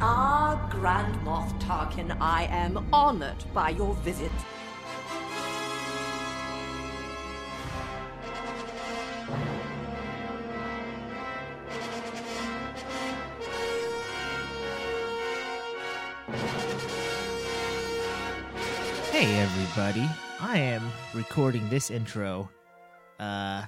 Ah, Grand Moff Tarkin, I am honored by your visit. Hey everybody, I am recording this intro uh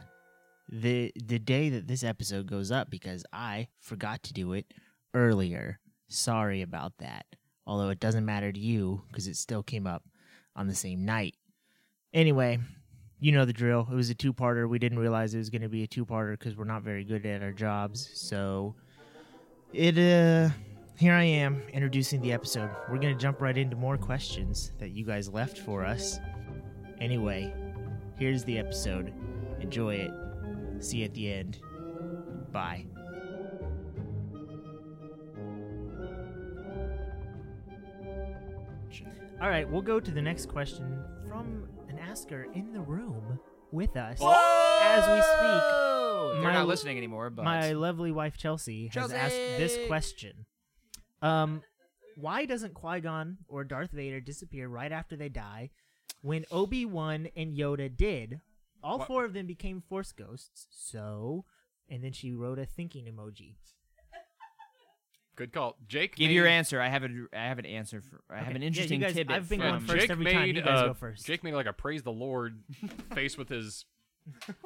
the the day that this episode goes up because I forgot to do it earlier. Sorry about that. Although it doesn't matter to you cuz it still came up on the same night. Anyway, you know the drill. It was a two-parter. We didn't realize it was going to be a two-parter cuz we're not very good at our jobs. So it uh here I am introducing the episode. We're going to jump right into more questions that you guys left for us. Anyway, here's the episode. Enjoy it. See you at the end. Bye. All right, we'll go to the next question from an asker in the room with us as we speak. Oh, they're My- not listening anymore. But My lovely wife Chelsea, Chelsea! has asked this question. Um, why doesn't Qui Gon or Darth Vader disappear right after they die, when Obi Wan and Yoda did? All What? four of them became Force ghosts. So, and then she wrote a thinking emoji. Good call, Jake. give made, your answer. I have a I have an answer for I Okay. have an Yeah, you interesting guys- tidbit. I've been Yeah, going from- first Uh, Jake every made, time. You guys uh, go first. Jake made like a praise the Lord face with his.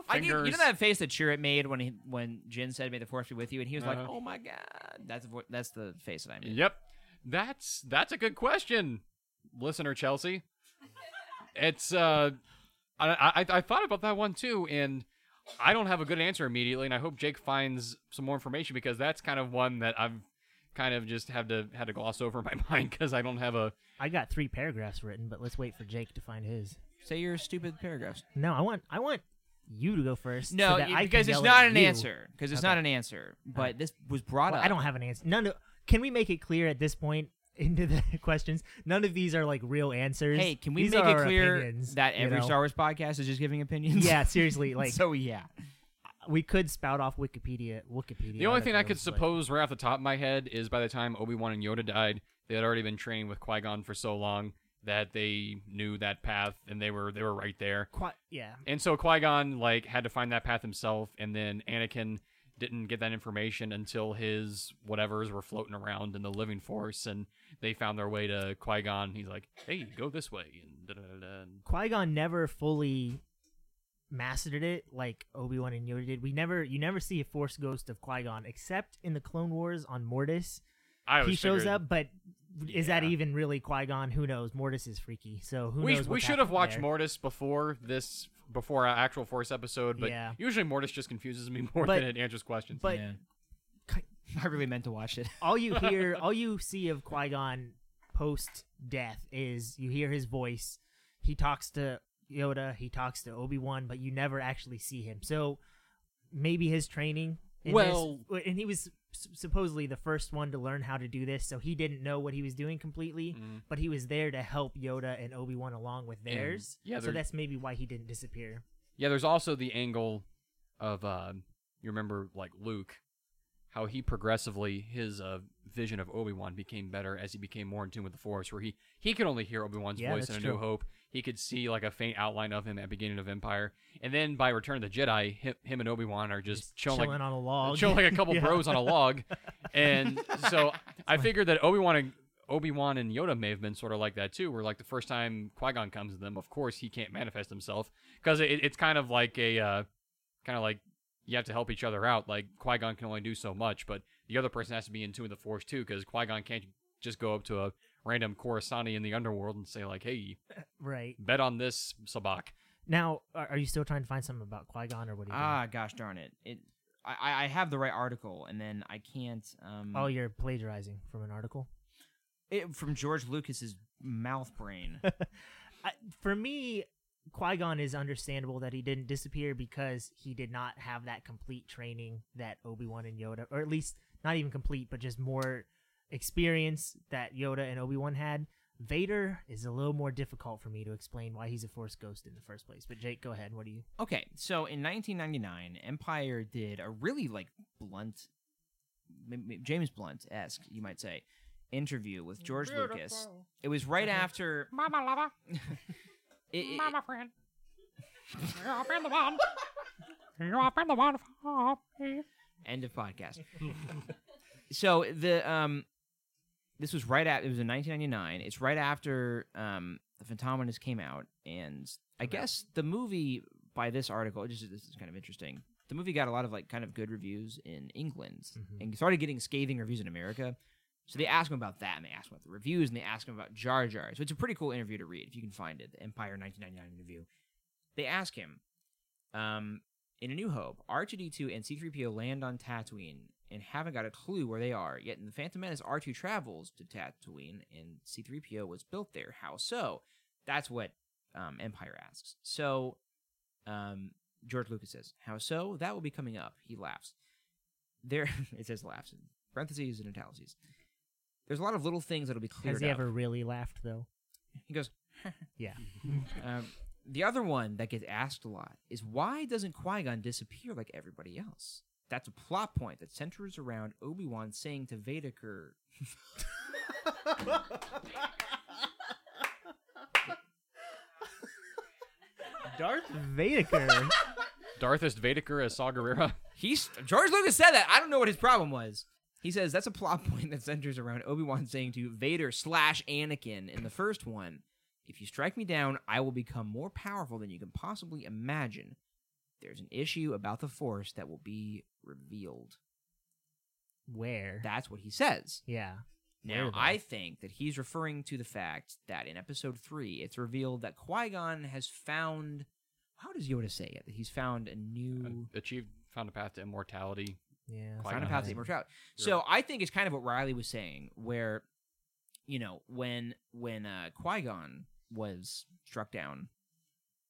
I need, you know fingers. that face that Chirrut made when he, when Jin said, "May the force be with you," and he was like, Uh-huh. "Oh my god!" That's the vo- that's the face that I made. Yep, that's that's a good question, listener Chelsea. It's uh, I I, I thought about that one too, and I don't have a good answer immediately, and I hope Jake finds some more information because that's kind of one that I've kind of just had to had to gloss over in my mind because I don't have a I got three paragraphs written, but let's wait for Jake to find his. Say your stupid paragraphs. No, I want I want you to go first. so No, that you- I can because it's yell not at an you. answer. Because it's not an answer. But this was brought Well, up. I don't have an answer. None. Of, can we make it clear at this point into the questions? None of these are like real answers. Hey, can we These make are it our clear opinions, that you every know? Star Wars podcast is just giving opinions? Yeah, seriously. Like so yeah. we could spout off Wikipedia. Wikipedia. The only thing I could articles, but- suppose right off the top of my head is by the time Obi Wan and Yoda died, they had already been training with Qui Gon for so long that they knew that path and they were they were right there. Qui- yeah. And so Qui Gon like had to find that path himself, and then Anakin didn't get that information until his whatevers were floating around in the Living Force, and they found their way to Qui Gon. He's like, "Hey, go this way." And da da da da. Qui Gon never fully mastered it like Obi Wan and Yoda did. We never, you never see a Force ghost of Qui Gon except in the Clone Wars on Mortis. I He always shows figured- up, but is that Yeah. even really Qui Gon? Who knows? Mortis is freaky, so who we knows? we what's should have happening watched there. Mortis before this, before our actual Force episode, but Yeah. usually Mortis just confuses me more But- than it answers questions. But Yeah. I really meant to watch it. all you hear, all you see of Qui Gon post death is you hear his voice. He talks to Yoda, he talks to Obi Wan, but you never actually see him. So maybe his training. In Well- this, and he was s- supposedly the first one to learn how to do this, so he didn't know what he was doing completely. Mm. But he was there to help Yoda and Obi Wan along with theirs. yeah, so they're- that's maybe why he didn't disappear. yeah, there's also the angle of uh, you remember like Luke, how he progressively his uh, vision of Obi Wan became better as he became more in tune with the Force, where he he could only hear Obi Wan's Yeah, voice in that's A true. New Hope. He could see like a faint outline of him at beginning of Empire, and then by Return of the Jedi, him, him and Obi Wan are just, chilling, like, on a log, Show like a couple Yeah. bros on a log, and so I figured that Obi Wan and Obi Wan and Yoda may have been sort of like that too. Where like the first time Qui Gon comes to them, of course he can't manifest himself because it, it's kind of like a uh, kind of like you have to help each other out. Like Qui Gon can only do so much, but the other person has to be in tune with the Force too, because Qui Gon can't just go up to a random Coruscanti in the underworld and say like, "Hey, right bet on this Sabak." now. Are, are you still trying to find something about Qui Gon or what? Are you doing? Ah, gosh darn it! It, I- I, I have the right article, and then I can't. Um, Oh, you're plagiarizing from an article. it, from George Lucas's mouth brain. I, for me, Qui Gon is understandable that he didn't disappear because he did not have that complete training that Obi Wan and Yoda, or at least not even complete, but just more experience that Yoda and Obi Wan had. Vader is a little more difficult for me to explain why he's a Force ghost in the first place. But Jake, go ahead. What do you? okay, so in 1999, Empire did a really like blunt, m- m- James Blunt esque, you might say, interview with George Lucas. It was right after Mama lover, it, it- mama friend. You have been the one. You have been the one for me. end of podcast. so the um, this was right at it was in 1999. It's right after um, the Phantominus came out, and I guess the movie by this article, just this is kind of interesting. The movie got a lot of like kind of good reviews in England, and started getting scathing reviews in America. So they asked him about that, and they asked him about the reviews, and they asked him about Jar Jar. So it's a pretty cool interview to read if you can find it. The Empire 1999 interview. They ask him, um, in A New Hope, R2D2 and C3PO land on Tatooine and haven't got a clue where they are. Yet in The Phantom Menace, R2 travels to Tatooine and C3PO was built there. How so? That's what um, Empire asks. So, um, George Lucas says, How so? That will be coming up. He laughs. There, it says laughs in parentheses and italics. There's a lot of little things that'll be cleared Has he up. ever really laughed though? He goes, Yeah. um, the other one that gets asked a lot is why doesn't Qui Gon disappear like everybody else? That's a plot point that centers around Obi Wan saying to Vadeker. Darth Vader. Darthest Vadeker as Saw Gerrera. He's George Lucas said that. I don't know what his problem was. He says that's a plot point that centers around Obi Wan saying to Vader slash Anakin in the first one, "If you strike me down, I will become more powerful than you can possibly imagine." There's an issue about the Force that will be revealed. Where? That's what he says. yeah. Now, Where, though? I think that he's referring to the fact that in episode three, it's revealed that Qui Gon has found. How does Yoda say it? That he's found a new. Achieved, found a path to immortality. Yeah. Qui-Gon found a path to immortality. So I think it's kind of what Riley was saying, where, you know, when when uh, Qui Gon was struck down,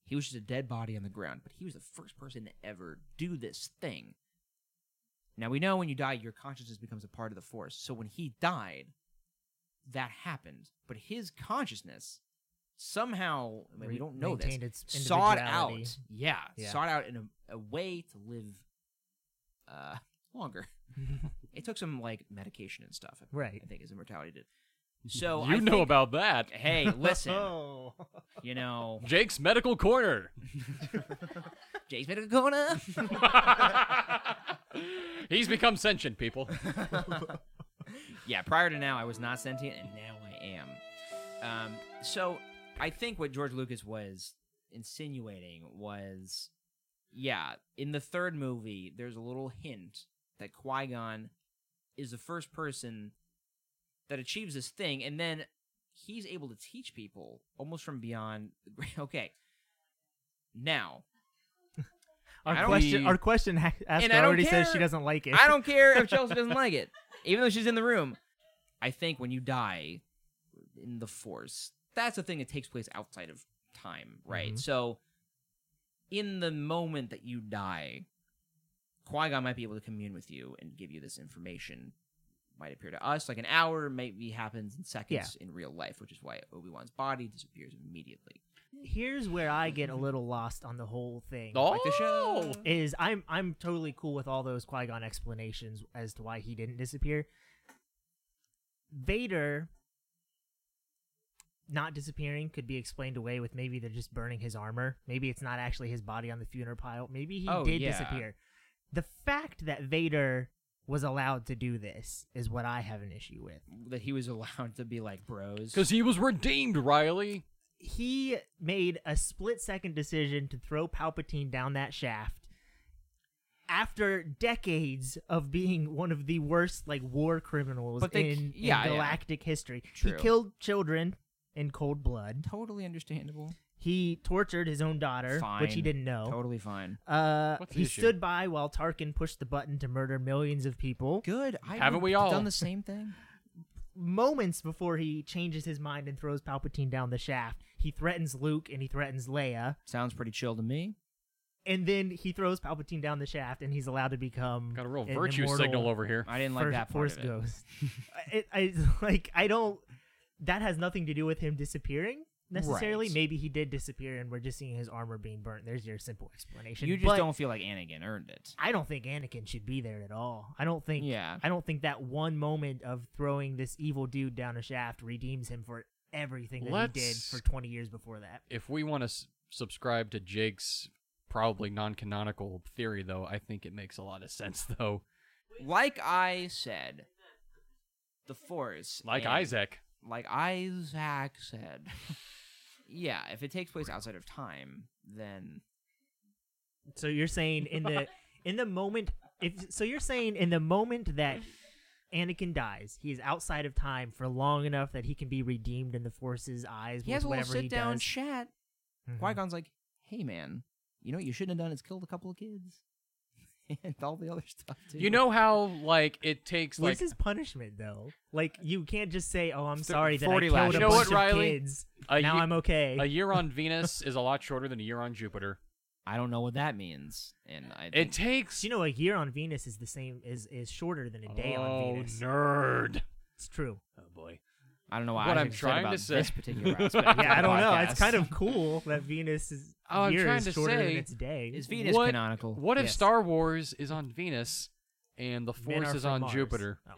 he was just a dead body on the ground, but he was the first person to ever do this thing. Now we know when you die, your consciousness becomes a part of the Force. So when he died, that happened, but his consciousness somehow I mean, we Re- don't know this maintained its sought individuality. out, yeah, Yeah. sought out in a, a way to live uh, longer. it took some like medication and stuff, I- Right. I think, as immortality did. So you I know think- about that. Hey, listen, Oh. you know, Jake's Medical Corner. Jay's medical corner. He's become sentient, people. yeah, prior to now, I was not sentient, and now I am. Um, so I think what George Lucas was insinuating was, yeah, in the third movie, there's a little hint that Qui Gon is the first person that achieves this thing, and then he's able to teach people almost from beyond. Okay, now I Our don't- question, The- our question ha- asker And I don't already says she care- doesn't like it. I don't care if Chelsea doesn't like it, even though she's in the room. I think when you die in the Force, that's a thing that takes place outside of time, right? Mhm. So, in the moment that you die, Qui Gon might be able to commune with you and give you this information. Might appear to us like an hour, maybe happens in seconds in real life, which is why Obi Wan's body disappears immediately. Here's where I get a little lost on the whole thing. Oh, Like the show. Is I'm I'm totally cool with all those Qui Gon explanations as to why he didn't disappear. Vader not disappearing could be explained away with maybe they're just burning his armor. Maybe it's not actually his body on the funeral pile. Maybe he Oh, did yeah. disappear. The fact that Vader was allowed to do this is what I have an issue with. That he was allowed to be like bros. because he was redeemed, Riley. he made a split second decision to throw Palpatine down that shaft after decades of being one of the worst like war criminals But they- in, in yeah, yeah. galactic history. True. He killed children in cold blood. totally understandable. He tortured his own daughter, which he Fine. didn't know. Totally fine. Uh, What's the he issue? stood by while Tarkin pushed the button to murder millions of people. Good. I Haven't would've we all? done the same thing? moments before he changes his mind and throws Palpatine down the shaft, he threatens Luke and he threatens Leia. Sounds pretty chill to me. and then he throws Palpatine down the shaft, and he's allowed to become Got a real an virtue immortal signal over here. I didn't fir- like that part force of it. ghost. I- it, I like I don't. That has nothing to do with him disappearing. necessarily. Right. Maybe he did disappear, and we're just seeing his armor being burnt. There's your simple explanation. You just But don't feel like Anakin earned it. I don't think Anakin should be there at all. I don't think. Yeah. I don't think that one moment of throwing this evil dude down a shaft redeems him for everything that he did Let's- for 20 years before that. If we want to s- subscribe to Jake's probably non-canonical theory, though, I think it makes a lot of sense. Though, Like I said, the Force. like and- Isaac, Like Isaac said. yeah, if it takes place outside of time, then So you're saying in the in the moment if so you're saying in the moment that Anakin dies, he is outside of time for long enough that he can be redeemed in the Force's eyes he Mm-hmm. with has a little whatever he sit down does. chat. Mhm. Qui Gon's like, "Hey, man, you know what you shouldn't have done is killed a couple of kids." and all the other stuff too. you know how like it takes Where's like his punishment though? Like you can't just say, "Oh, I'm Thir- sorry that I 40 killed a lashes. You know bunch what, of Riley? kids. A now ye- I'm okay." a year on Venus is a lot shorter than a year on Jupiter. I don't know what that means, and I It think takes you know, a year on Venus is the same is is shorter than a day oh, on Venus. nerd. It's true. Oh boy. I don't know why What I I'm said trying to about say- this particular aspect. of Yeah, I the don't know. It's podcast. kind of cool that Venus is Oh, I'm year trying is to shorter say, than its day. is Venus what, canonical? What if Yes. Star Wars is on Venus and the Men Force are is from on Mars. Jupiter?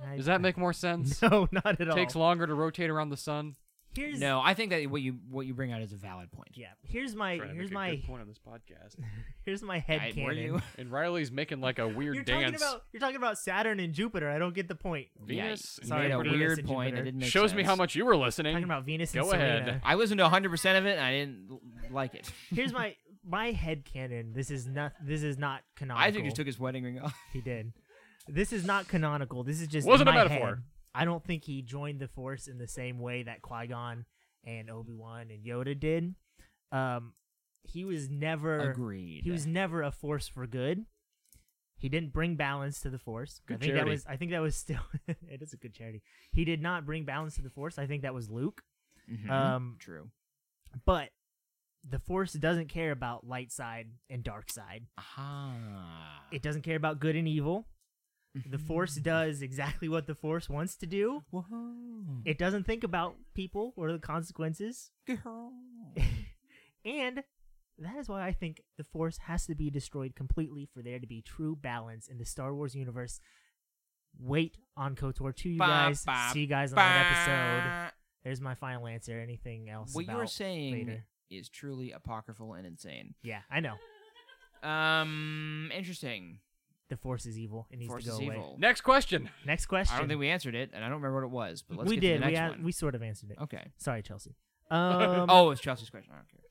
Oh. Does that make more sense? No, not at all. Takes longer to rotate around the sun. Here's No, I think that what you what you bring out is a valid point. Yeah, here's my Trying to here's make a my good point on this podcast. here's my head I- were cannon. you? And Riley's making like a weird are talking dance. about you're talking about Saturn and Jupiter. I don't get the point. Venus. yeah, and sorry, made a Jupiter. Venus weird and point. It Jupiter. didn't make Shows me how sense. much you were listening. Talking about Venus and Go ahead. Selena. I listened to 100 percent of it. and I didn't l- like it. Here's my my head cannon. This is not this is not canonical. Isaac just took his wedding ring off. He did. This is not canonical. This is just Wasn't in a my metaphor. head. I don't think he joined the Force in the same way that Qui Gon and Obi Wan and Yoda did. Um, he was never Agreed. He was never a force for good. He didn't bring balance to the force. I Good think that charity. was I think that was still it is a good charity. He did not bring balance to the force. I think that was Luke. Mhm. um, True. But the force doesn't care about light side and dark side. Ah. It doesn't care about good and evil. The force does exactly what the force wants to do. Whoa. It doesn't think about people or the consequences. Girl. And that is why I think the Force has to be destroyed completely for there to be true balance in the Star Wars universe. Wait on KOTOR 2, you Ba, guys. ba, See you guys on that episode. ba. There's my final answer. Anything else? What you were about saying Vader? is truly apocryphal and insane. Yeah, I know. Um, interesting. The Force is evil. It needs Force to go is away. evil. Next question. Next question. I don't think we answered it, and I don't remember what it was. But let's We get did. To the we, next a- one. we sort of answered it. Okay. Sorry, Chelsea. Um, oh, it's Chelsea's question. I don't care.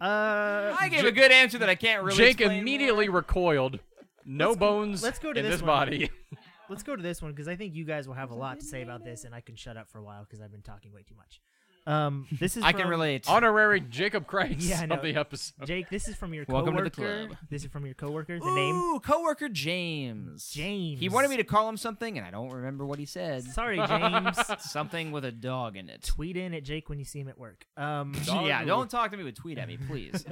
uh, I gave a good answer that I can't really. Jake explain immediately more. recoiled. No Let's go- bones let's go to in this this, one. body. let's go to this one because I think you guys will have a lot to say about this, and I can shut up for a while because I've been talking way too much. Um, this is I can from- relate. Honorary Jacob Christ Yeah, I know. of the episode. Jake, this is from your coworker. Welcome to the club. This is from your coworker. The Ooh, name. coworker James. James. He wanted me to call him something, and I don't remember what he said. Sorry, James. something with a dog in it. Tweet in at Jake when you see him at work. Um, Yeah, don't talk to me with tweet at me, please.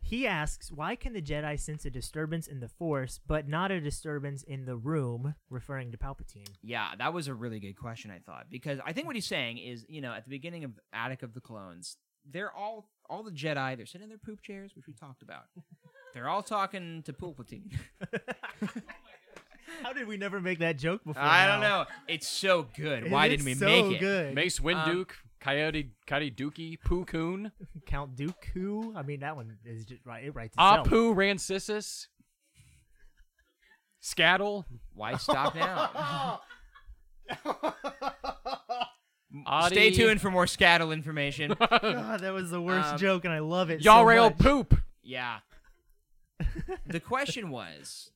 he asks, why can the Jedi sense a disturbance in the Force, but not a disturbance in the room, referring to Palpatine? yeah, that was a really good question, I thought, because I think what he's saying is, you know, at the beginning of Attic of the Clones, they're all all the Jedi, they're sitting in their poop chairs, which we talked about. They're all talking to Palpatine. How did we never make that joke before? I don't now? know. It's so good. It Why is didn't we so make it? good. Mace Winduke, um, Coyote, Coyote Dookie, Poo Coon, Count Dooku. I mean, that one is just right. It writes itself. Apu Rancisis, Scattle, Why stop now? Adi, Stay tuned for more scattle information. God, that was the worst Um, joke, and I love it. so Yarrail much. Poop. Yeah. the question was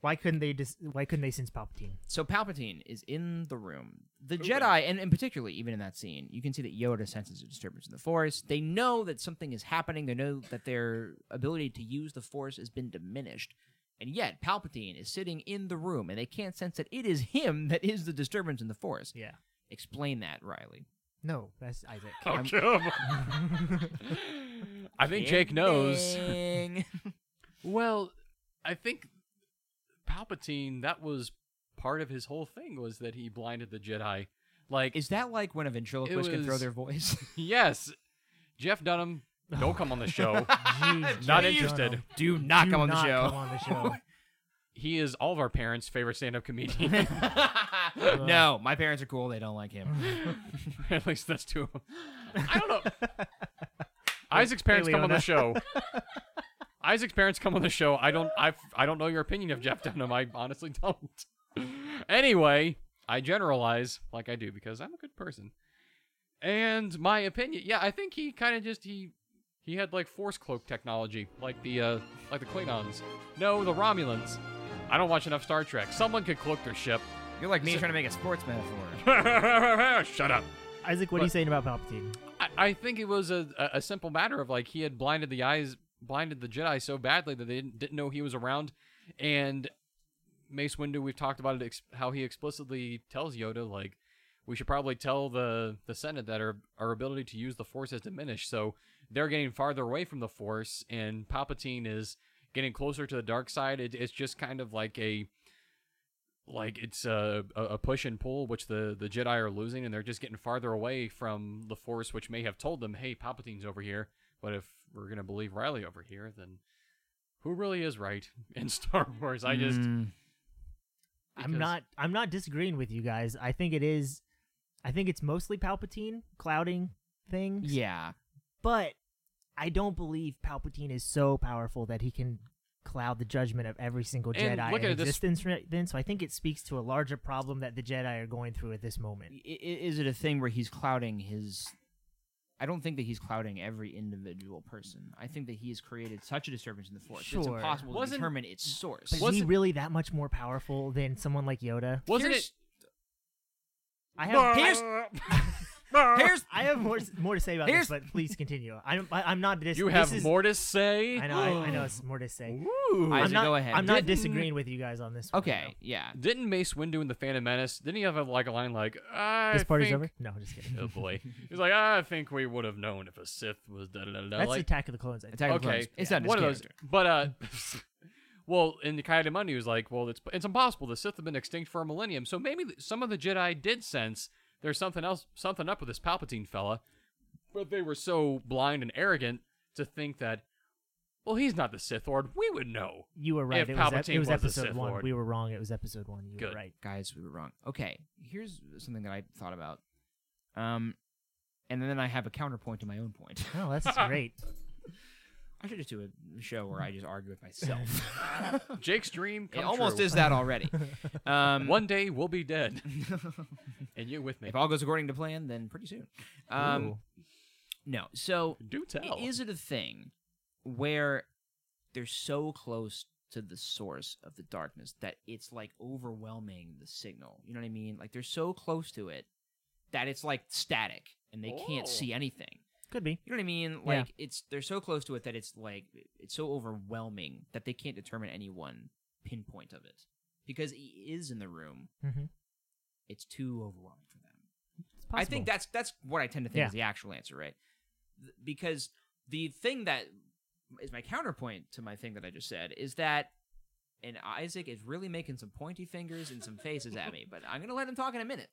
Why couldn't they? Dis- why couldn't they sense Palpatine? so Palpatine is in the room. The Jedi, and, and particularly even in that scene, you can see that Yoda senses a disturbance in the Force. They know that something is happening. They know that their ability to use the Force has been diminished. And yet, Palpatine is sitting in the room, and they can't sense that it is him that is the disturbance in the Force. Yeah. Explain that, Riley. No, that's Isaac. Oh, I think Jake knows. Ding. Well, I think Palpatine, that was part of his whole thing was that he blinded the Jedi. Like Is that like when a ventriloquist can throw was- their voice? yes, Jeff Dunham, don't come on the show. Jeez, Not Jeff interested. Dunham. Do not Do come on not the show. Come on the show. he is all of our parents' favorite stand-up comedian. no, my parents are cool. They don't like him. At least that's two of them. I don't know. Isaac's parents come on the Leona. show. Isaac's parents come on the show. I don't. I I don't know your opinion of Jeff Dunham. I honestly don't. anyway, I generalize like I do because I'm a good person. And my opinion, yeah, I think he kind of just he he had like force cloak technology, like the uh like the Klingons. No, the Romulans. I don't watch enough Star Trek. Someone could cloak their ship. You're like me trying to make a sports metaphor. Shut up. Isaac, what are you saying about Palpatine? I, I think it was a, a a simple matter of like he had blinded the eyes, blinded the Jedi so badly that they didn't, didn't know he was around. And Mace Windu, we've talked about it, ex- how he explicitly tells Yoda like we should probably tell the the Senate that our our ability to use the Force has diminished. So they're getting farther away from the Force, and Palpatine is getting closer to the dark side. It, it's just kind of like a like it's a, a a push and pull, which the the Jedi are losing, and they're just getting farther away from the Force, which may have told them, "Hey, Palpatine's over here." But if we're gonna believe Riley over here, then who really is right in Star Wars? I just Mm. I'm because- not. I'm not disagreeing with you guys. I think it is. I think it's mostly Palpatine clouding things. yeah. but I don't believe Palpatine is so powerful that he can cloud the judgment of every single And Jedi look in at it this- existence right then. So I think it speaks to a larger problem that the Jedi are going through at this moment. I- i- Is it a thing where he's clouding his? I don't think that he's clouding every individual person. I think that he has created such a disturbance in the force. It's Sure. impossible to Wasn't- determine its source. But is he Wasn't- really that much more powerful than someone like Yoda? wasn't Here's- it? I have Here's here's I have more more to say about Here's- this, but please continue. I'm I, I'm not dis- You this have is- more to say. I know I, I know it's more to say. I- Ooh. I'm Isaac, not, go ahead. I'm not Didn't- disagreeing with you guys on this. one, okay. Yeah. Didn't Mace Windu in the Phantom Menace? Didn't he have a, like a line like, though. "I This part think- is over. No, just kidding. Oh boy, he's like, "I think we would have known if a Sith was da da da da." That's Like, Attack of the Clones. I think. Attack of the okay, Clones. It's not his one of those. character. But uh, well, in the Kaida Mundi was like, well, it's it's impossible. The Sith have been extinct for a millennium, so maybe th- some of the Jedi did sense there's something else, something up with this Palpatine fella, but they were so blind and arrogant to think that, well, he's not the Sith Lord. We would know. You were right. If It was, ep- Palpatine it was was a episode Sith one. Lord. We were wrong. It was episode one. You Good. were right. guys, we were wrong. Okay, here's something that I thought about. Um, and then I have a counterpoint to my own point. Oh, that's great. I should just do a show where I just argue with myself. Jake's dream it come almost true. is that already. Um, One day we'll be dead, and you with me. if all goes according to plan, then pretty soon. Um, Ooh. no, so Do tell. is it a thing where they're so close to the source of the darkness that it's like overwhelming the signal? You know what I mean? Like they're so close to it that it's like static and they Oh. can't see anything. Could be. You know what I mean? Like it's they're so close to it that it's like it's so overwhelming that they can't determine any one pinpoint of it because he is in the room. Mhm. It's too overwhelming for them. It's I think that's that's what I tend to think Yeah. is the actual answer, right? Th- Because the thing that is my counterpoint to my thing that I just said is that, and Isaac is really making some pointy fingers and some faces at me, but I'm gonna let him talk in a minute,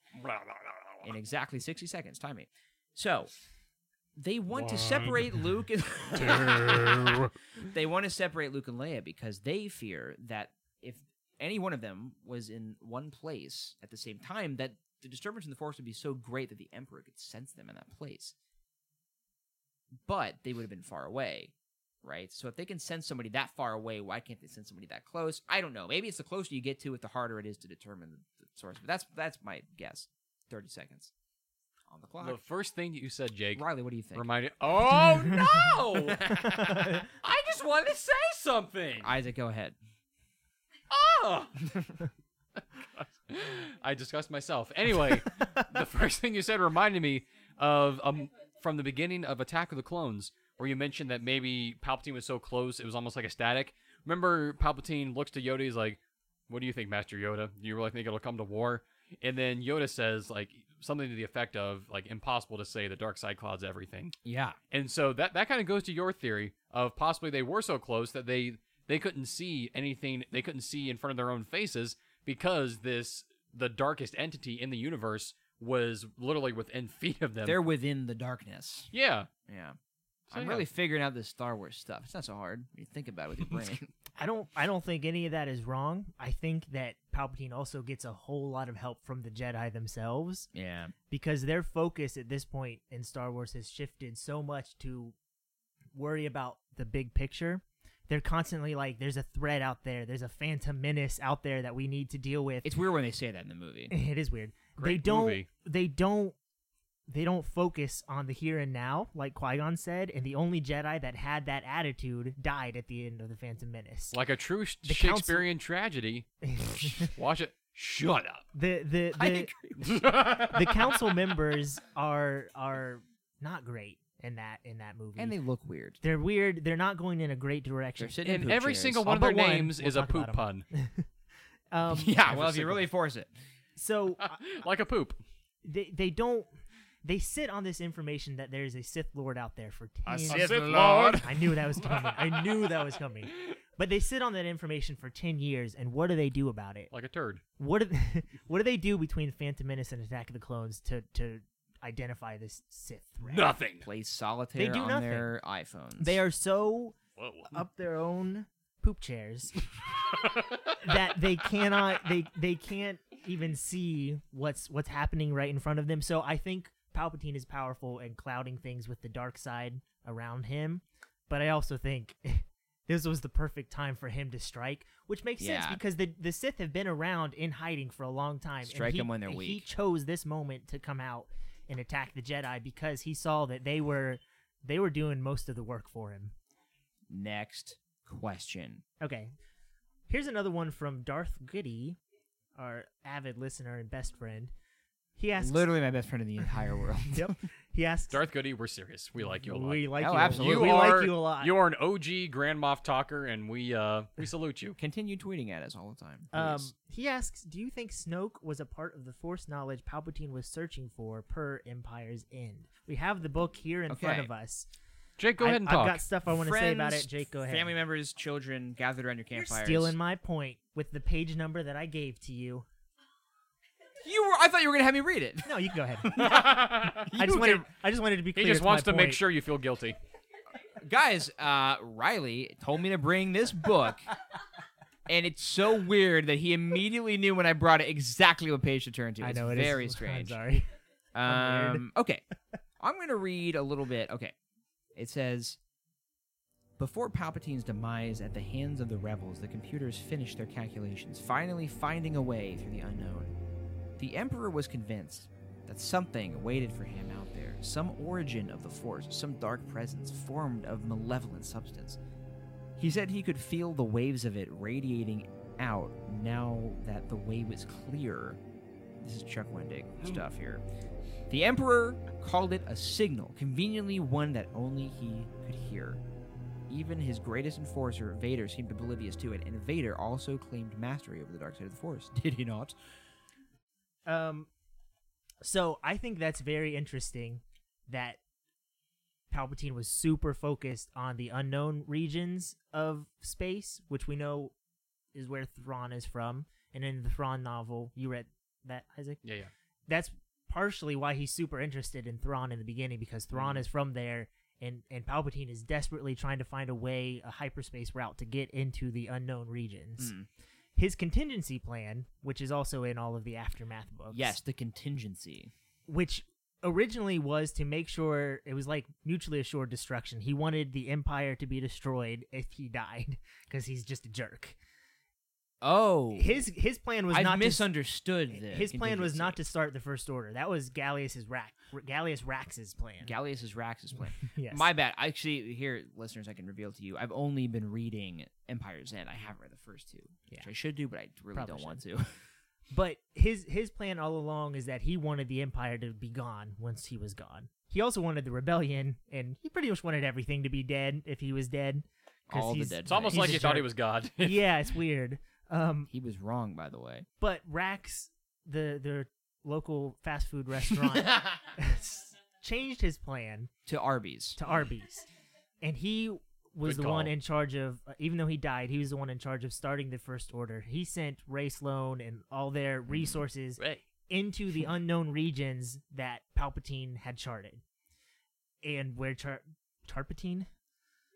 in exactly 60 seconds. Time me. So they want to separate Luke and they want to separate Luke and Leia because they fear that if any one of them was in one place at the same time, that the disturbance in the force would be so great that the Emperor could sense them in that place. But they would have been far away, right? So if they can sense somebody that far away, why can't they sense somebody that close? I don't know. Maybe it's the closer you get to it, the harder it is to determine the source. But that's that's my guess. Thirty seconds on the clock. the first thing that you said, Jake, Riley, what do you think? reminded. Oh no! I just wanted to say something. Isaac, go ahead. Oh! I discussed myself. Anyway, the first thing you said reminded me of um, from the beginning of Attack of the Clones, where you mentioned that maybe Palpatine was so close it was almost like a static. Remember, Palpatine looks to Yoda. He's like, "What do you think, Master Yoda? Do you really think it'll come to war?" And then Yoda says like something to the effect of like, "Impossible to say. The dark side clouds everything." Yeah. And so that that kind of goes to your theory of possibly they were so close that they they couldn't see anything they couldn't see in front of their own faces because this the darkest entity in the universe was literally within feet of them. They're within the darkness. yeah. Yeah. So, I'm yeah. really figuring out this Star Wars stuff. It's not so hard. when You think about it with your brain. I don't I don't think any of that is wrong. I think that Palpatine also gets a whole lot of help from the Jedi themselves yeah. because their focus at this point in Star Wars has shifted so much to worry about the big picture. They're constantly like there's a threat out there, there's a phantom menace out there that we need to deal with. It's weird when they say that in the movie. it is weird. they Great don't movie. they don't they don't focus on the here and now, like Qui Gon said, and the only Jedi that had that attitude died at the end of the Phantom Menace. Like a true sh- The council- Shakespearean tragedy. the Watch it. Shut the I the, agree. up. the council members are are not great in that in that movie. And they look weird. they're weird. They're not going in a great direction. They're sitting in and poop every chairs. single All one of their but one. names We'll is a talk about poop 'em. pun. Um, Yeah, Every well, if you single really one. force it. So uh, like a poop. they they don't they sit on this information that there is a Sith Lord out there for ten. I knew that was coming. I knew that was coming. But they sit on that information for ten years, and what do they do about it? Like a turd. What do what do they do between Phantom Menace and Attack of the Clones to to identify this Sith threat? Nothing. Play solitaire do on nothing. their iPhones. They are so Whoa. up their own poop chairs that they cannot they they can't even see what's what's happening right in front of them. So I think Palpatine is powerful and clouding things with the dark side around him, but I also think this was the perfect time for him to strike, which makes Yeah. sense because the the Sith have been around in hiding for a long time. and Strike he- 'em when they're He weak. chose this moment to come out and attack the Jedi because he saw that they were they were doing most of the work for him. Next question. Okay. Here's another one from Darth Goody, our avid listener and best friend. He asks Literally my best friend in the entire world. Yep. He asks Darth Goody, we're serious. We like you a lot. We like Oh, you. absolutely. We are, like you a lot. You are an OG Grand Moff talker, and we uh we salute you. Continue tweeting at us all the time. um, please. he asks, "Do you think Snoke was a part of the Force knowledge Palpatine was searching for per Empire's End?" We have the book here in front Okay. of us. Jake, go I- ahead and I've talk. got stuff I want to say about Friends, it. Jake, go ahead. Family members, children gathered around your You're campfires. stealing my point with the page number that I gave to you. You were. I thought you were gonna have me read it. No, you can go ahead. You I just wanted. can- I just wanted to be he clear. just with wants my to make point. sure you feel guilty. Guys, uh, Riley told me to bring this book, and it's so weird that he immediately knew when I brought it exactly what page to turn to. I It's know it is. very I'm strange. sorry. I'm weird. Um, okay. I'm going to read a little bit. Okay. It says Before Palpatine's demise at the hands of the rebels, the computers finished their calculations, finally finding a way through the unknown. The Emperor was convinced that something awaited for him out there, some origin of the Force, some dark presence formed of malevolent substance. He said he could feel the waves of it radiating out now that the way was clear. This is Chuck Wendig Hmm. stuff here. The Emperor called it a signal, conveniently one that only he could hear. Even his greatest enforcer, Vader, seemed oblivious to it, and Vader also claimed mastery over the dark side of the Force, did he not? Um, so I think that's very interesting that Palpatine was super focused on the unknown regions of space, which we know is where Thrawn is from. And in the Thrawn novel, you read that, Isaac? Yeah, yeah. That's partially why he's super interested in Thrawn in the beginning, because Thrawn is from there, and, and Palpatine is desperately trying to find a way, a hyperspace route to get into the unknown regions. His contingency plan, which is also in all of the Aftermath books Yes, the contingency. which originally was to make sure it was like mutually assured destruction. He wanted the empire to be destroyed if he died because he's just a jerk. Oh, His his plan was I not misunderstood. To, the his plan was not contingency. to start the first order. That was Gallius's rack. Gallius Rax's plan. Gallius is Rax's plan. Yes. My bad. Actually, here, listeners, I can reveal to you, I've only been reading Empire's End. I haven't read the first two, which Yeah. I should do, but I really Probably don't want to. but his his plan all along is that he wanted the empire to be gone once he was gone. He also wanted the rebellion, and he pretty much wanted everything to be dead if he was dead. 'cause All the he's- dead It's almost He's like a he thought he jerk. was God. yeah, it's weird. Um, He was wrong, by the way. but Rax, the the local fast food restaurant, changed his plan to Arby's. to Arby's, and he was Good the one call. in charge of. Even though he died, he was the Mm-hmm. one in charge of starting the first order. He sent Ray Sloan and all their resources Ray. into the unknown regions that Palpatine had charted, and where Char- Tarpatine,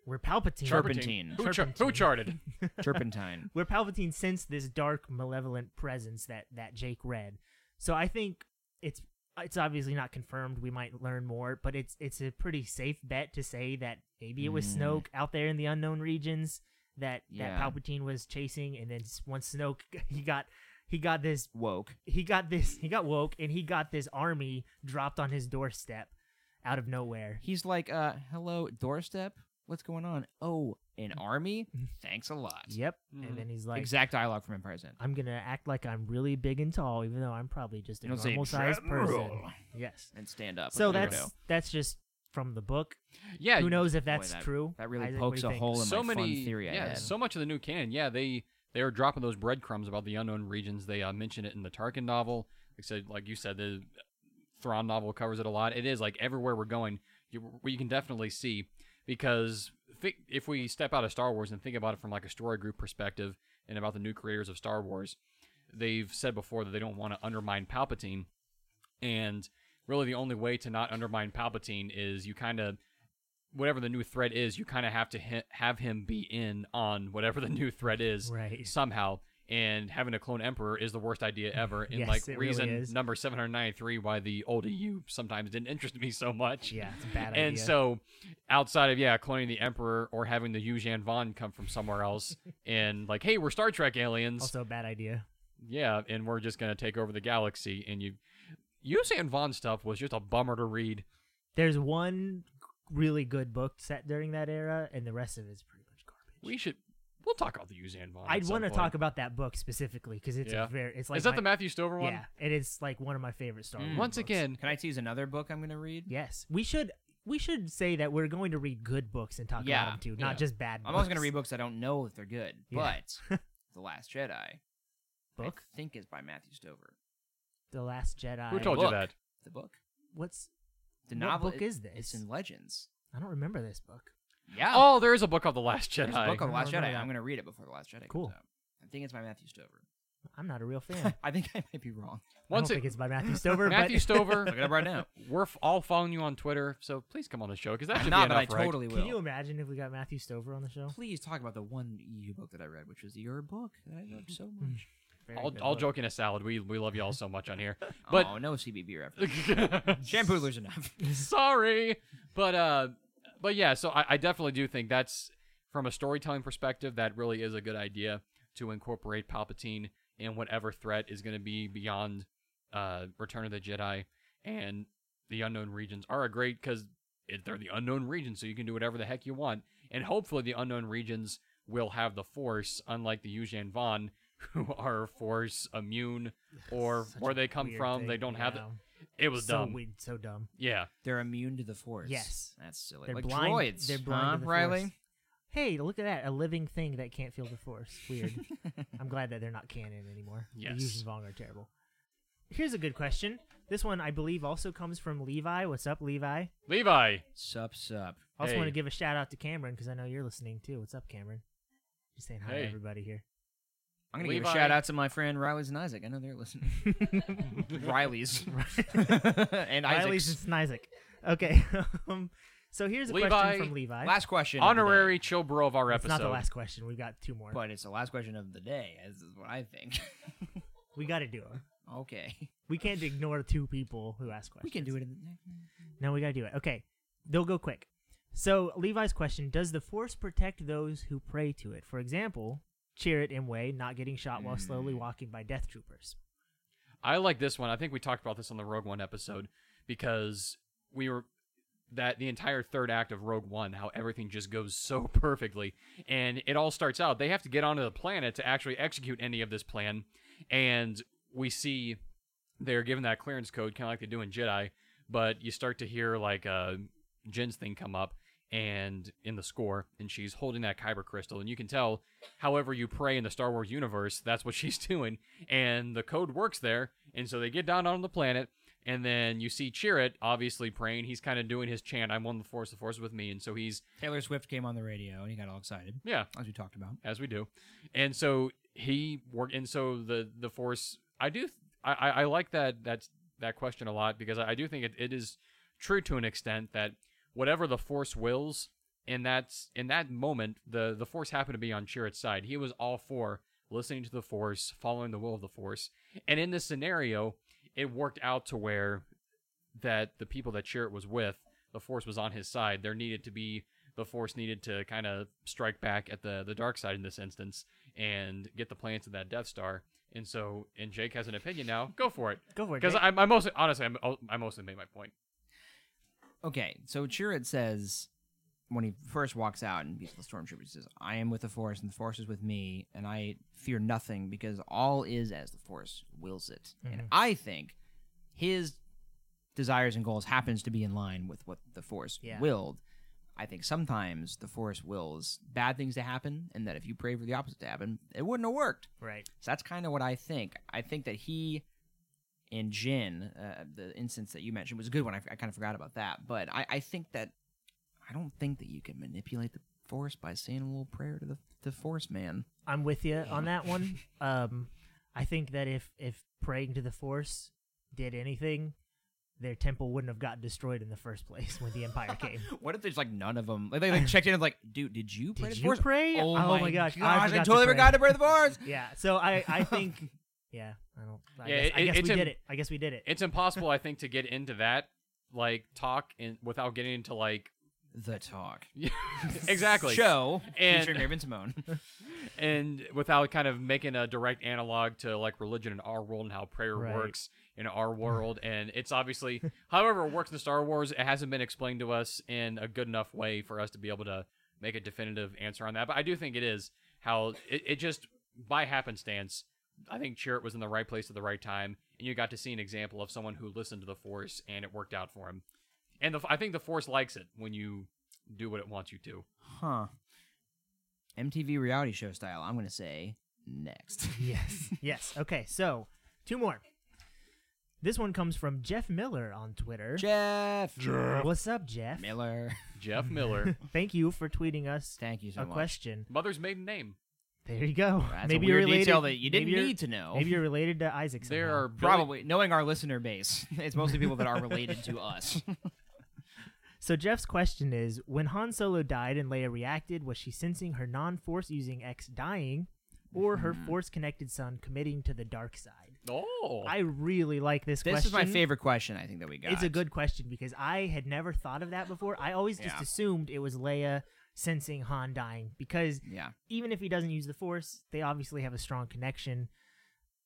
where Palpatine, Turpentine. Who, char- who Turpentine. charted? Turpentine. where Palpatine sensed this dark, malevolent presence that that Jake read. So I think it's it's obviously not confirmed. We might learn more, but it's it's a pretty safe bet to say that maybe it was Mm. Snoke out there in the unknown regions that Yeah. that Palpatine was chasing, and then s- once Snoke he got he got this Woke. he got this he got woke and he got this army dropped on his doorstep out of nowhere. He's like, uh, hello, doorstep. What's going on? Oh, an army? Thanks a lot. Yep, Mhm. and then he's like. exact dialogue from Empire Zen. I'm gonna act like I'm really big and tall, even though I'm probably just a It'll say, normal sized person. "General." Yes. And stand up. So Look at the that's window. that's just from the book. Yeah, Who knows if Boy, that's that- true? That really Isaac, what do pokes you a think? hole in so my many fun theory I yeah had. so much of the new canon yeah they they are dropping those breadcrumbs about the unknown regions they uh, mention it in the Tarkin novel like said like you said the Thrawn novel covers it a lot it is like everywhere we're going you, we can definitely see because thi- if we step out of Star Wars and think about it from like a story group perspective and about the new creators of Star Wars they've said before that they don't want to undermine Palpatine and really the only way to not undermine Palpatine is you kind of whatever the new threat is, you kind of have to hi- have him be in on whatever the new threat is Right. somehow. And having a clone emperor is the worst idea ever. And Yes, like it really reason is. number 793 why the old EU sometimes didn't interest me so much. Yeah, it's a bad idea. And so, outside of yeah, cloning the emperor or having the Yuuzhan Vaughn come from somewhere else, and like, hey, we're Star Trek aliens, also a bad idea. yeah, and we're just gonna take over the galaxy. And you, Yuuzhan Vaughn stuff was just a bummer to read. There's one really good book set during that era, and the rest of it's pretty much garbage. We should, we'll talk about the Yuuzhan Vaughn. I'd want to talk about that book specifically because it's Yeah. a very it's like is that my- the Matthew Stover one? Hmm. yeah, it is like one of my favorite Star Wars. Mm. Once books. again, Can I tease another book I'm going to read? yes, we should we should say that we're going to read good books and talk Yeah, about them too, not yeah. just bad. I'm also going to books. read books I don't know if they're good, Yeah. but The Last Jedi book I think is by Matthew Stover. The Last Jedi. who told you Book. that? The book, What's the What novel. book i- is It's this? in Legends. I don't remember this book. Yeah. Oh, there is a book called The Last There's a Jedi. book on The I Last remember Jedi. that. I'm going to read it before The Last Jedi Cool. comes out. I think it's by Matthew Stover. I'm not a real fan. I think I might be wrong. Once I don't it- think it's by Matthew Stover. Matthew but Stover, Look it up right now. we're f- all following you on Twitter, so please come on the show because that I'm should not, be but I enough, right? totally will. Can you imagine if we got Matthew Stover on the show? Please talk about the one EU book that I read, which was your book that I Hmm. loved so much. Very All, good all look. joking aside, we we love y'all so much on here, but oh, no CBB reference. Shampoodler's enough. sorry, but uh, but yeah, so I, I definitely do think that's from a storytelling perspective that really is a good idea to incorporate Palpatine in whatever threat is going to be beyond uh, Return of the Jedi and the unknown regions are a great because they're the unknown regions, so you can do whatever the heck you want, and hopefully the unknown regions will have the Force, unlike the Yuuzhan Vaughn, who are Force immune or Such where a they come weird from, they thing. don't have it. Yeah. It was so dumb. weird, so dumb. Yeah. They're immune to the force. Yes. That's silly. They're like blind. droids. They're blind huh, to the Riley? Force. Hey, look at that—a living thing that can't feel the force. Weird. I'm glad that they're not canon anymore. Yes. the Yuuzhan Vong are terrible. Here's a good question. This one, I believe, also comes from Levi. What's up, Levi? Levi. Sup, sup. I also want Hey. to give a shout out to Cameron because I know you're listening too. What's up, Cameron? Just saying hi Hey. to everybody here. I'm going to give a Levi- shout out to my friend Riley's and Isaac. I know they're listening. Riley's. and Riley's Isaac's. it's Isaac. Okay. um, so here's a Levi, question from Levi. Last question. of the Honorary Chill Bro of our it's episode. not the last question. We've got two more. day. But it's the last question of the day. This is what I think. we got to do them. okay. We can't ignore two people who ask questions. We can do it in the No, we got to do it. Okay. They'll go quick. So Levi's question: Does the Force protect those who pray to it? For example, cheer it in way not getting shot while Mm. slowly walking by death troopers. I like this one. I think we talked about this on the Rogue One episode because we were that the entire third act of Rogue One, how everything just goes so perfectly, and it all starts out. They have to get onto the planet to actually execute any of this plan, and we see they're given that clearance code, kind of like they do in Jedi. But you start to hear like uh, Jen's thing come up, and in the score, and she's holding that kyber crystal, and you can tell, however you pray in the Star Wars universe, that's what she's doing, and the code works there, and so they get down on the planet, and then you see Chirrut obviously praying. He's kind of doing his chant, "I'm on the force, the force is with me," and so he's Taylor Swift came on the radio and he got all excited, yeah, as we talked about. as we do. And so he worked, and so the the force. I do. I, I, I like that that's that question a lot because I, I do think it, it is true to an extent that whatever the force wills in that in that moment the the force happened to be on Chirrut's side. He was all for listening to the force, following the will of the force. And in this scenario, it worked out to where that the people that Chirrut was with, the force was on his side. There needed to be the force needed to kind of strike back at the the dark side in this instance and get the plans of that Death Star. And so, and Jake has an opinion now. Go for it, Go for it. because Jake. I, I mostly, honestly, I'm, oh, I mostly made my point. Okay, so Chirrut says when he first walks out and meets the stormtrooper, he says, "I am with the Force, and the Force is with me, and I fear nothing because all is as the Force wills it." And I think his desires and goals happens to be in line with what the Force Yeah. willed. I think sometimes the Force wills bad things to happen, and that if you pray for the opposite to happen, it wouldn't have worked. right. So that's kind of what I think. I think that he and Jin, uh, the instance that you mentioned, was a good one. I, I kind of forgot about that. But I, I think that I don't think that you can manipulate the force by saying a little prayer to the, the force man. I'm with you on that one. Um, I think that if if praying to the Force did anything, their temple wouldn't have gotten destroyed in the first place when the Empire came. What if there's like none of them? Like they like, checked in and like, dude, did you pray? Did to the you force? pray? Oh, Oh my, my gosh, I I, forgot to totally pray. forgot to pray to the force. yeah. So I I think yeah. I don't. I Yeah, guess, I it- guess it's we im- did it. I guess we did it. It's impossible, I think, to get into that like talk and without getting into like The talk. exactly Show And- featuring Raven Simone. and without kind of making a direct analog to like religion in our world and how prayer Right. works in our world and it's obviously however it works in star wars it hasn't been explained to us in a good enough way for us to be able to make a definitive answer on that but i do think it is how it, it just by happenstance i think chirrut was in the right place at the right time and you got to see an example of someone who listened to the force and it worked out for him and the, i think the force likes it when you do what it wants you to huh. MTV reality show style. I'm gonna say next. Yes. yes. Okay. So two more. This one comes from Jeff Miller on Twitter. Jeff. What's up, Jeff? Miller. jeff miller Thank you for tweeting us Thank you so a much. question. mother's maiden name There you go. That's maybe a weird you're related. detail that you didn't maybe you're- need to know. Maybe you're related to Isaac. There somehow. are billi- Probably knowing our listener base, it's mostly people that are related to us. So Jeff's question is: When Han Solo died and Leia reacted, was she sensing her non-force using ex dying, or her Hmm. force-connected son committing to the dark side? Oh, I really like this, This question. is my favorite question. I think that we got. It's a good question because I had never thought of that before. I always Yeah. just assumed it was Leia sensing Han dying because Yeah. even if he doesn't use the Force, they obviously have a strong connection.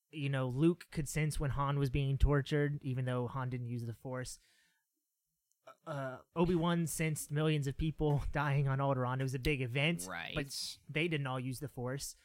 You know, Luke could sense when Han was being tortured, even though Han didn't use the Force. Uh, Obi Wan sensed millions of people dying on Alderaan. It was a big event, Right. But they didn't all use the Force.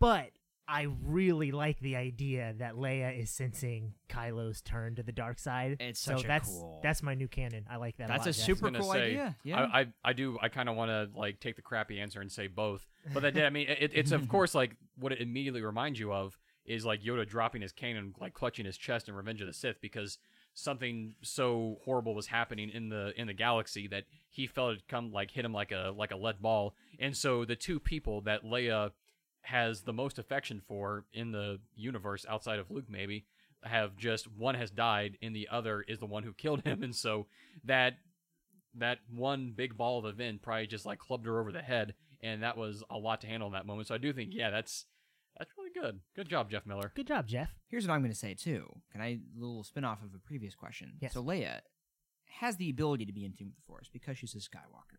But I really like the idea that Leia is sensing Kylo's turn to the dark side. It's so such a that's cool- that's my new canon. I like that. a, lot, That's a Jess. super- gonna cool say, idea, yeah. I, I, I do. I kind of want to like take the crappy answer and say both, but that did. I mean, it, it's of course like what it immediately reminds you of is like Yoda dropping his cane and like clutching his chest in Revenge of the Sith because something so horrible was happening in the in the galaxy that he felt it come like hit him like a like a lead ball, and so the two people that Leia has the most affection for in the universe outside of Luke maybe have just one has died and the other is the one who killed him and so that that one big ball of event probably just like clubbed her over the head, and that was a lot to handle in that moment. So I do think, yeah, that's that's really good. Good job, Jeff Miller. Good job, Jeff. Here's what I'm going to say too. Can I little spin off of a previous question? Yes. So Leia has the ability to be in tune with the Force because she's a Skywalker,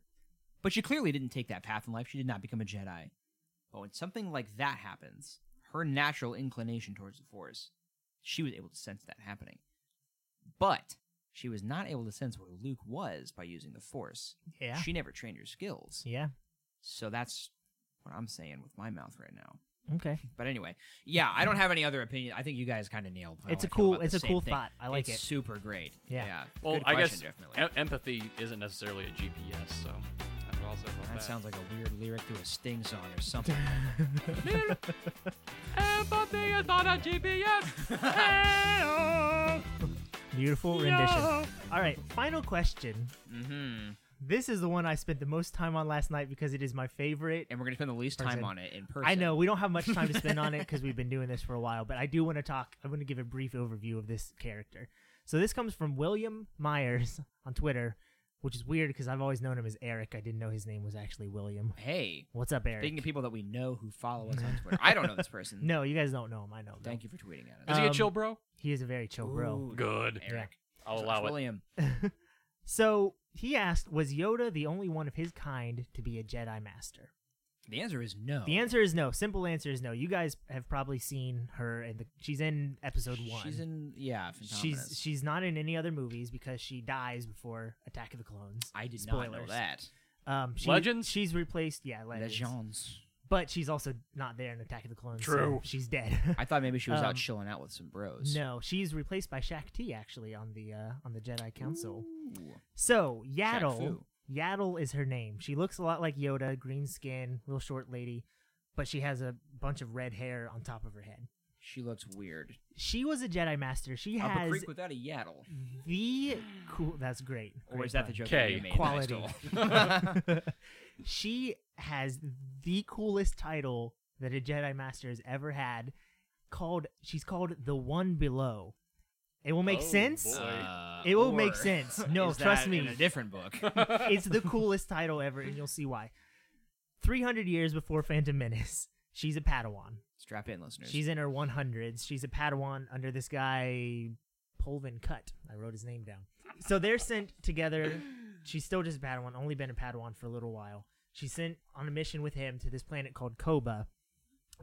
but she clearly didn't take that path in life. She did not become a Jedi. But when something like that happens, her natural inclination towards the Force, she was able to sense that happening. But she was not able to sense where Luke was by using the Force. Yeah. She never trained her skills. Yeah. So that's what I'm saying with my mouth right now. Okay. But anyway, yeah, I don't have any other opinion. I think you guys kind of nailed. how It's I a feel cool- about the it's a same cool thing. thought. I like It's it. Super great. Yeah. Well, Good I question, guess Jeff Miller. em- empathy isn't necessarily a GPS, so that's what I'll say about that that. sounds like a weird lyric to a Sting song or something. empathy is not a GPS. Beautiful rendition. All right. Final question. mm-hmm. This is the one I spent the most time on last night because it is my favorite. and we're gonna spend the least Person. time on it in person. I know we don't have much time to spend on it because we've been doing this for a while, but I do want to talk. I want to give a brief overview of this character. So this comes from William Myers on Twitter, which is weird because I've always known him as Eric. I didn't know his name was actually William. Hey, What's up, Eric? speaking of people that we know who follow us on Twitter, I don't know this person. no, you guys don't know him. I know. Thank you for tweeting at us. Is he a Um, chill bro? He is a very chill bro. Ooh, Good. Eric. I'll So allow it's it. William. So he asked, was Yoda the only one of his kind to be a Jedi Master? The answer is no. The answer is no. Simple answer is no. You guys have probably seen her, and the, she's in episode one. She's in yeah. Phantominus. She's she's not in any other movies because she dies before Attack of the Clones. I did not know Spoilers. that. Um, she, Legends? She's replaced, yeah, Legends. Legends. But she's also not there in Attack of the Clones. so True. she's dead. I thought maybe she was Um, out chilling out with some bros. no, she's replaced by Shaq T actually on the uh, on the Jedi Council. Ooh. So Yaddle, Fu. Yaddle is her name. She looks a lot like Yoda, green skin, real short lady, but she has a bunch of red hair on top of her head. She looks weird. She was a Jedi Master. She Up a has creek without a yaddle. the cool. That's great. Or Great is that pun. the joke that Okay. you made? that I Quality. stole? she has the coolest title that a Jedi Master has ever had. Called she's called the One Below. It will make Oh, sense. boy. Uh, It will make or sense. No, is trust that me. In a different book. It's the coolest title ever, and you'll see why. Three hundred years before Phantom Menace, she's a Padawan. Strap in, listeners. She's in her one hundreds. She's a Padawan under this guy Polvin Cut. I wrote his name down. So they're sent together. She's still just a Padawan, only been a Padawan for a little while. She's sent on a mission with him to this planet called Koba.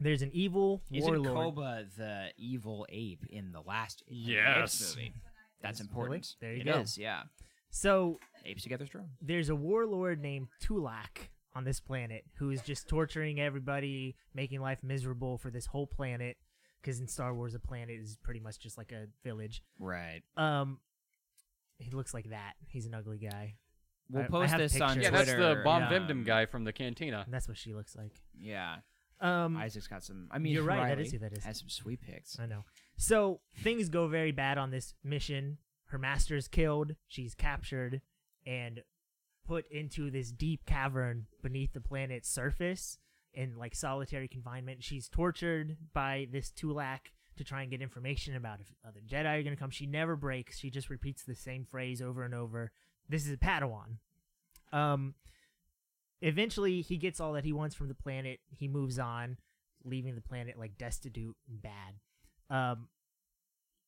There's an evil Isn't warlord. Koba the evil ape in the last Apes Yes. movie? That's Really? important. There you It go. is, yeah. So Apes together strong. there's a warlord named Tulak on this planet who is just torturing everybody, making life miserable for this whole planet. Because in Star Wars, a planet is pretty much just like a village. Right. Um, he looks like that. He's an ugly guy. We'll I- I post have this on pictures. Yeah, Twitter. that's the Bomb um, Vimdom guy from the cantina. And that's what she looks like. Yeah. Um, I, Isaac's got some. I mean, You're right, that Riley is who that is. Has some sweet picks. know. So things go very bad on this mission. Her master is killed. She's captured and put into this deep cavern beneath the planet's surface in like solitary confinement. She's tortured by this Tulak to try and get information about if other Jedi are going to come. She never breaks. She just repeats the same phrase over and over. This is a Padawan. Um, eventually he gets all that he wants from the planet. He moves on, leaving the planet like destitute and bad. Um,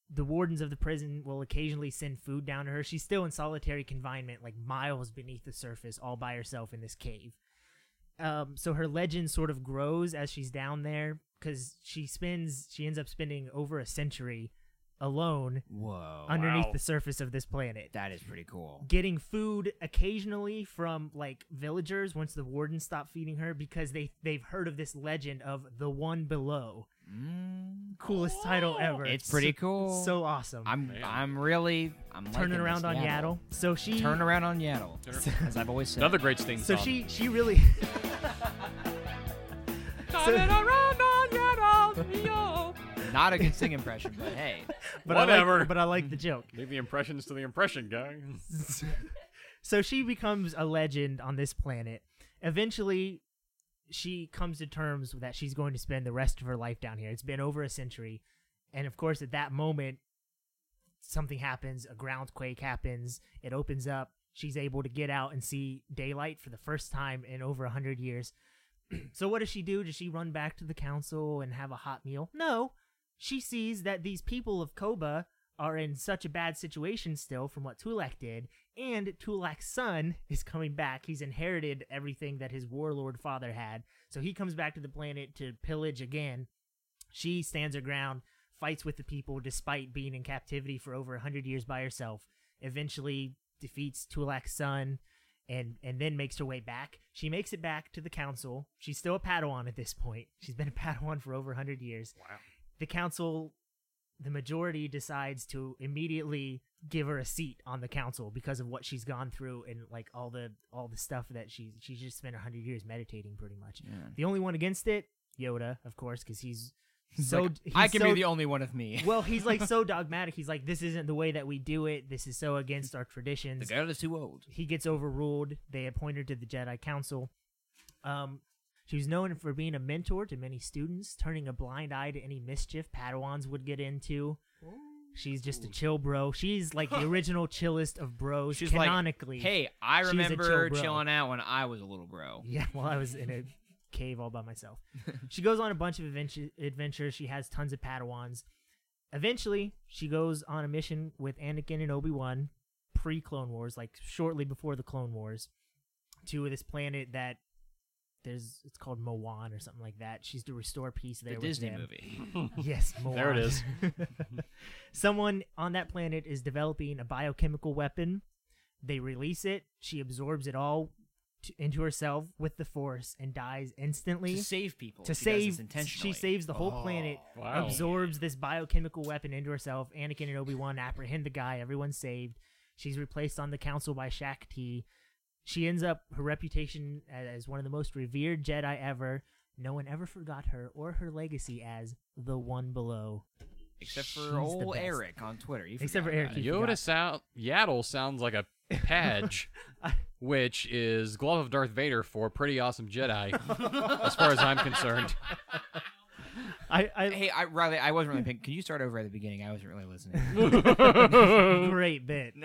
the wardens of the prison will occasionally send food down to her. She's still in solitary confinement, like miles beneath the surface, all by herself in this cave. Um, so her legend sort of grows as she's down there because she spends, she ends up spending over a century alone Whoa. underneath wow. the surface of this planet that is pretty cool. getting food occasionally from like villagers once the warden stopped feeding her because they they've heard of this legend of the one below Mm, coolest title ever it's pretty So- cool. so awesome I'm. Man. I'm really. I'm turning liking around this on yaddle so she Turn around on Yaddle. As I've always said. Another great sting so song. she she really Turning around on your own, yo. Not a good sing impression, but hey. but I Whatever. like, but I like the joke Leave the impressions to the impression guy. so she becomes a legend on this planet. Eventually, she comes to terms that she's going to spend the rest of her life down here. It's been over a century. And of course, at that moment, something happens a groundquake happens, it opens up. She's able to get out and see daylight for the first time in over a 100 years. so, what does she do? Does she run back to the council and have a hot meal? No. She sees that these people of Koba are in such a bad situation still from what Tulak did, and Tulak's son is coming back. He's inherited everything that his warlord father had, so he comes back to the planet to pillage again. She stands her ground, fights with the people despite being in captivity for over a 100 years by herself, eventually defeats Tulak's son. And, and then makes her way back. She makes it back to the council. She's still a Padawan at this point. She's been a Padawan for over 100 years the council the majority decides to immediately give her a seat on the council because of what she's gone through and like all the all the stuff that she she's just spent 100 years meditating pretty much Yeah. the only one against it yoda of course because he's He's so Like, he's I can so be the only one of me. well, he's like so dogmatic. He's like, this isn't the way that we do it. This is so against our the traditions. girl is too old. He gets overruled. They appoint her to the Jedi Council. Um, she was known for being a mentor to many students, turning a blind eye to any mischief Padawans would get into. She's just a chill bro. She's like the original chillest of bros She's canonically. like, hey, I she's a chill remember bro." chilling out when I was a little bro. Yeah, well, I was in a cave all by myself. She goes on a bunch of adventure, adventures. She has tons of Padawans. Eventually, she goes on a mission with Anakin and Obi Wan, pre Clone Wars, like shortly before the Clone Wars, to this planet that there's it's called Moan or something like that. She's to restore peace there. The with Disney them. movie. Yes, Moan. There it is. Someone on that planet is developing a biochemical weapon. They release it. She absorbs it all to, into herself with the force and dies instantly. to save people. To she does this save, intentionally. she saves the whole planet, wow. absorbs this biochemical weapon into herself. Anakin and Obi Wan apprehend the guy. Everyone's saved. She's replaced on the council by Shakti. She ends up her reputation a- as one of the most revered Jedi ever. No one ever forgot her or her legacy as the one below. Except She's for the old best. Eric on Twitter. You Except forgot for Eric, about it. you Yoda forgot. sound Yaddle sounds like a padge, which is glove of Darth Vader for pretty awesome Jedi, as far as I'm concerned. I, I Hey, I, Riley, I wasn't really paying. Can you start over at the beginning? I wasn't really listening. great bit.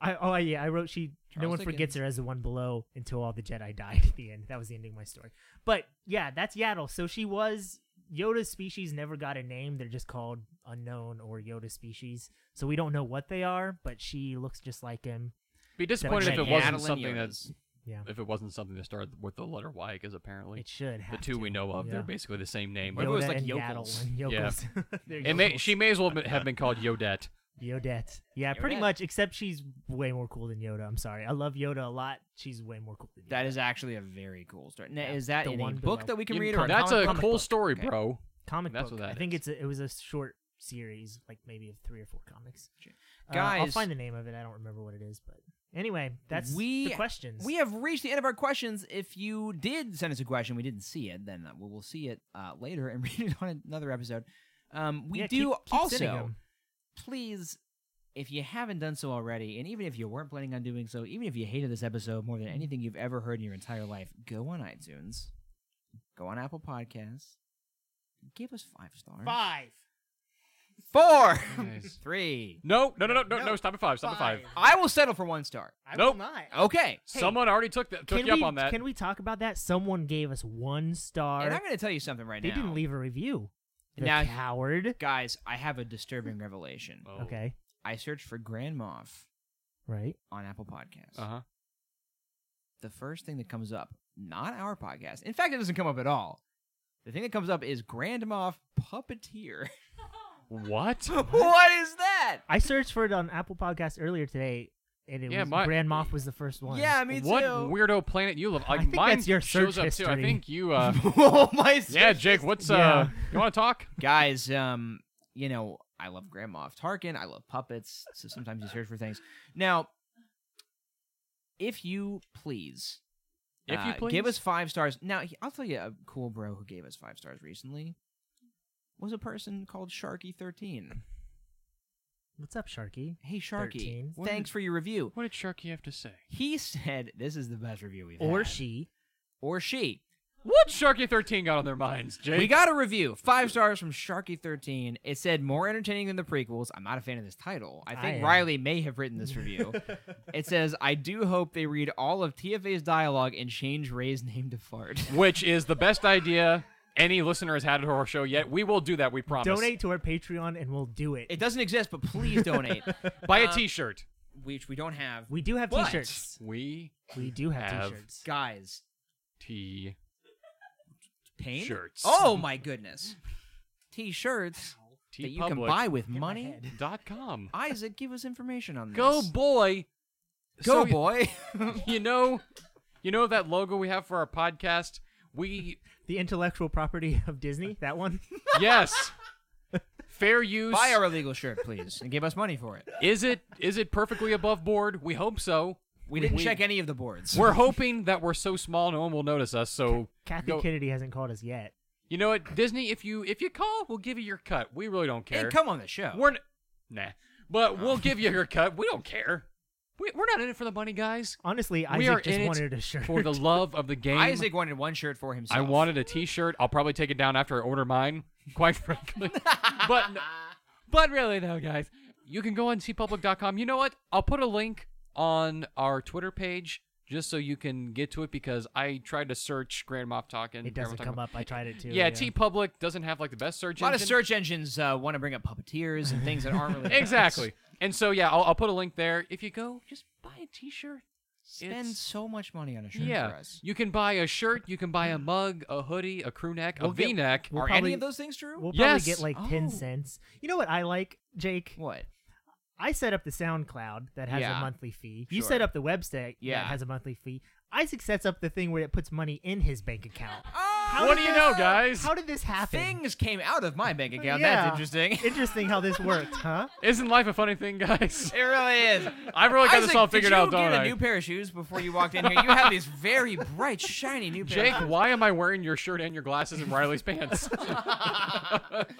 I oh yeah, I wrote she. no Charles one forgets Dickens. her as the one below until all the Jedi died at the end. That was the ending of my story. But yeah, that's Yaddle. So she was Yoda's species. Never got a name. They're just called unknown or Yoda species. So we don't know what they are. But she looks just like him. Be disappointed Like if it wasn't Yaddling something Yodas. that's Yeah, if it wasn't something that started with the letter Y, because apparently it should have the two to. we know of, Yeah. they're basically the same name. What if it was Yoda like and yokels? Yaddle and yokels. They're It may, yokels. she may as well have been called Yodette. Yodette. Yeah, pretty Yodette. much. Except she's way more cool than Yoda. I'm sorry. I love Yoda a lot. She's way more cool than Yoda. That is actually a very cool story. Now, Yeah. is that The in one a book below. that we can You- read? Or that's a, a, comic cool book? story, Okay. bro. comic That's book. what that I think is. it's a, it was a short series, like maybe of three or four comics. Uh, I'll Guys- find the name of it. I don't remember what it is, but anyway, that's we the questions. We have reached the end of our questions. If you did send us a question, we didn't see it, then uh, we'll, we'll see it uh, later and read it on another episode. Um, we Yeah, keep- do keep sending also 'em. please. If you haven't done so already, and even if you weren't planning on doing so, even if you hated this episode more than anything you've ever heard in your entire life, go on iTunes, go on Apple Podcasts, give us five stars. five. Four! Nice. Three. No, no, no, no, no, No. no, Stop at five. Stop at five. I will settle for one star. I Nope. will not. Okay. Someone already took that. Took can you we up on that. can we talk about that? Someone gave us one star. And I'm going to tell you something right they now. didn't leave a review. The Now- coward. Guys, I have a disturbing revelation. Oh. Okay, I searched for Grand Moff right. on Apple Podcasts. Uh huh. The first thing that comes up, not our podcast. In fact, it doesn't come up at all. The thing that comes up is Grand Moff Puppeteer. What? what is that? I searched for it on Apple Podcasts earlier today, and it Yeah, was my- Grand Moff was the first one. Yeah, me too. what weirdo planet you live? I Like think mine that's your shows search up too. I history. think you. uh oh my Yeah, search Jake. is- What's uh? Yeah. You want to talk? guys? Um, you know, I love Grand Moff Tarkin. I love puppets. So sometimes you search for things. Now, if you please, If you Uh, please. give us five stars. Now, he- I'll tell you a cool bro who gave us five stars recently was a person called Sharky13. What's up, Sharky? Hey, Sharky, 13? What thanks did- for your review. What did Sharky have to say? He said, This is the best review we've Or had." she. Or she. What Sharky thirteen got on their minds, Jake? We got a review. Five stars from Sharky13. It said, More entertaining than the prequels. I'm not a fan of this title. I I uh, think am. Riley may have written this review. it says, I do hope they read all of TFA's dialogue and change Ray's name to Fart. Which is the best idea any listener has had to our show yet. We will do that. We promise. Donate to our Patreon and we'll do it. It doesn't exist, but please donate, Buy uh, a T-shirt. which we don't have. we do have But- t-shirts. We We do have, have- t-shirts. Guys, T. pain Shirts. Oh my goodness, t-shirts that you can buy with Hit my money. head. dot com. Isaac, give us information on this. Go boy. go, So- boy. You know, you know that logo we have for our podcast. We The intellectual property of Disney, that one. yes. Fair use. Buy our illegal shirt, please, and give us money for it. Is it is it perfectly above board? We hope so. We didn't check any of the boards. We're hoping that we're so small no one will notice us. So Kathy go- Kennedy hasn't called us yet. You know what, Disney? If you if you call, we'll give you your cut. We really don't care. And come on Oh. the show. We're n- nah, but we'll give you your cut. We don't care. We, we're not in it for the money, guys. Honestly, we are Isaac just in it wanted a shirt. for the love of the game. Isaac wanted one shirt for himself. I wanted a T-shirt. I'll probably take it down after I order mine, quite frankly. but but really though, guys, you can go on cpublic.com. You know what? I'll put a link on our Twitter page just so you can get to it because I tried to search Grand Moff Talking. it doesn't come up. I tried it too. Yeah, T Public doesn't have like the best search. A lot of engine. search engines uh, want to bring up puppeteers and things that aren't really Exactly. And so yeah, I'll, I'll put a link there. If you go, just buy a T-shirt. Spend It's- so much money on a shirt yeah, for us. you can buy a shirt, you can buy a mug, a hoodie, a crew neck, a We'll get- V-neck. We'll Are probably- any of those things true? We'll probably Yes. get like 10 Oh. cents. You know what I like, Jake? what? I set up the SoundCloud that has Yeah. a monthly fee. You Sure. set up the website Yeah. that has a monthly fee. Isaac sets up the thing where it puts money in his bank account. How what do did you this- know, guys? How did this happen? Ah, Things came out of my bank account. Yeah. That's interesting. Interesting how this worked, huh? Isn't life a funny thing, guys? It really is. I really got this Isaac, all figured did you out, don't get a I? new pair of shoes before you walked in here? You have these very bright, shiny new pair. Jake, of shoes. why am I wearing your shirt and your glasses and Riley's pants?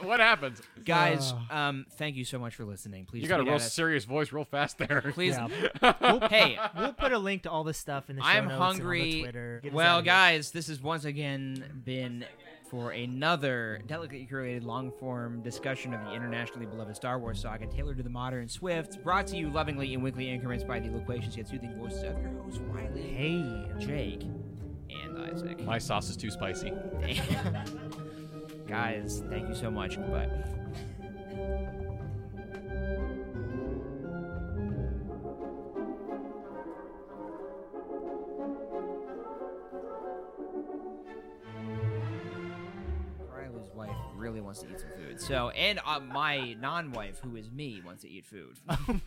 what happens? guys, um, thank you so much for listening. Please, uh, You got a tweet real at us. serious voice, real fast there. Please, Yeah. hey, We'll put a link to all this stuff in the show I'm notes and on the hungry. Twitter. Get us out Well, of here. guys, this has once again been for another delicately curated long form discussion of the internationally beloved Star Wars saga, tailored to the modern Swift, brought to you lovingly in weekly increments by the loquacious yet soothing voices of your hosts, Riley, Hey. Jake, and Isaac. My sauce is too spicy. guys, thank you so much. Goodbye. Riley's wife really wants to eat some food. So, and uh, my non-wife, who is me, wants to eat food, You're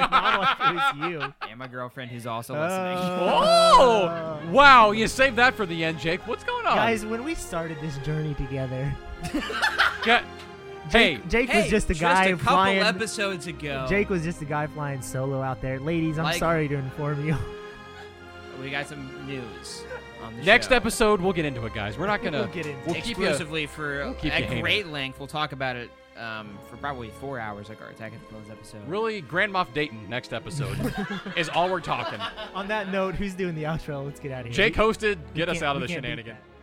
not like it was you. and my girlfriend, who's Uh, also listening. Oh! Wow, you saved that for the end, Jake. What's going Oh. on? Guys, when we started this journey together, Ga- hey, Jake was Hey, just a guy couple flying. episodes ago. Jake was just a guy flying solo out there. Ladies, I'm Like- sorry to inform you. we got some news on the next show. episode, we'll get into it, guys. We're not going to. We'll get into it. We'll keep you. exclusively for we'll keep you at hanging. great length. We'll talk about it um, for probably four hours, like our Attack of the Clones episode. Really, Grand Moff Dayton next episode is all we're talking. On that note, who's doing the outro? Let's get out of here. Jake hosted. Get We us can't- out of we the can't beat shenanigan. that.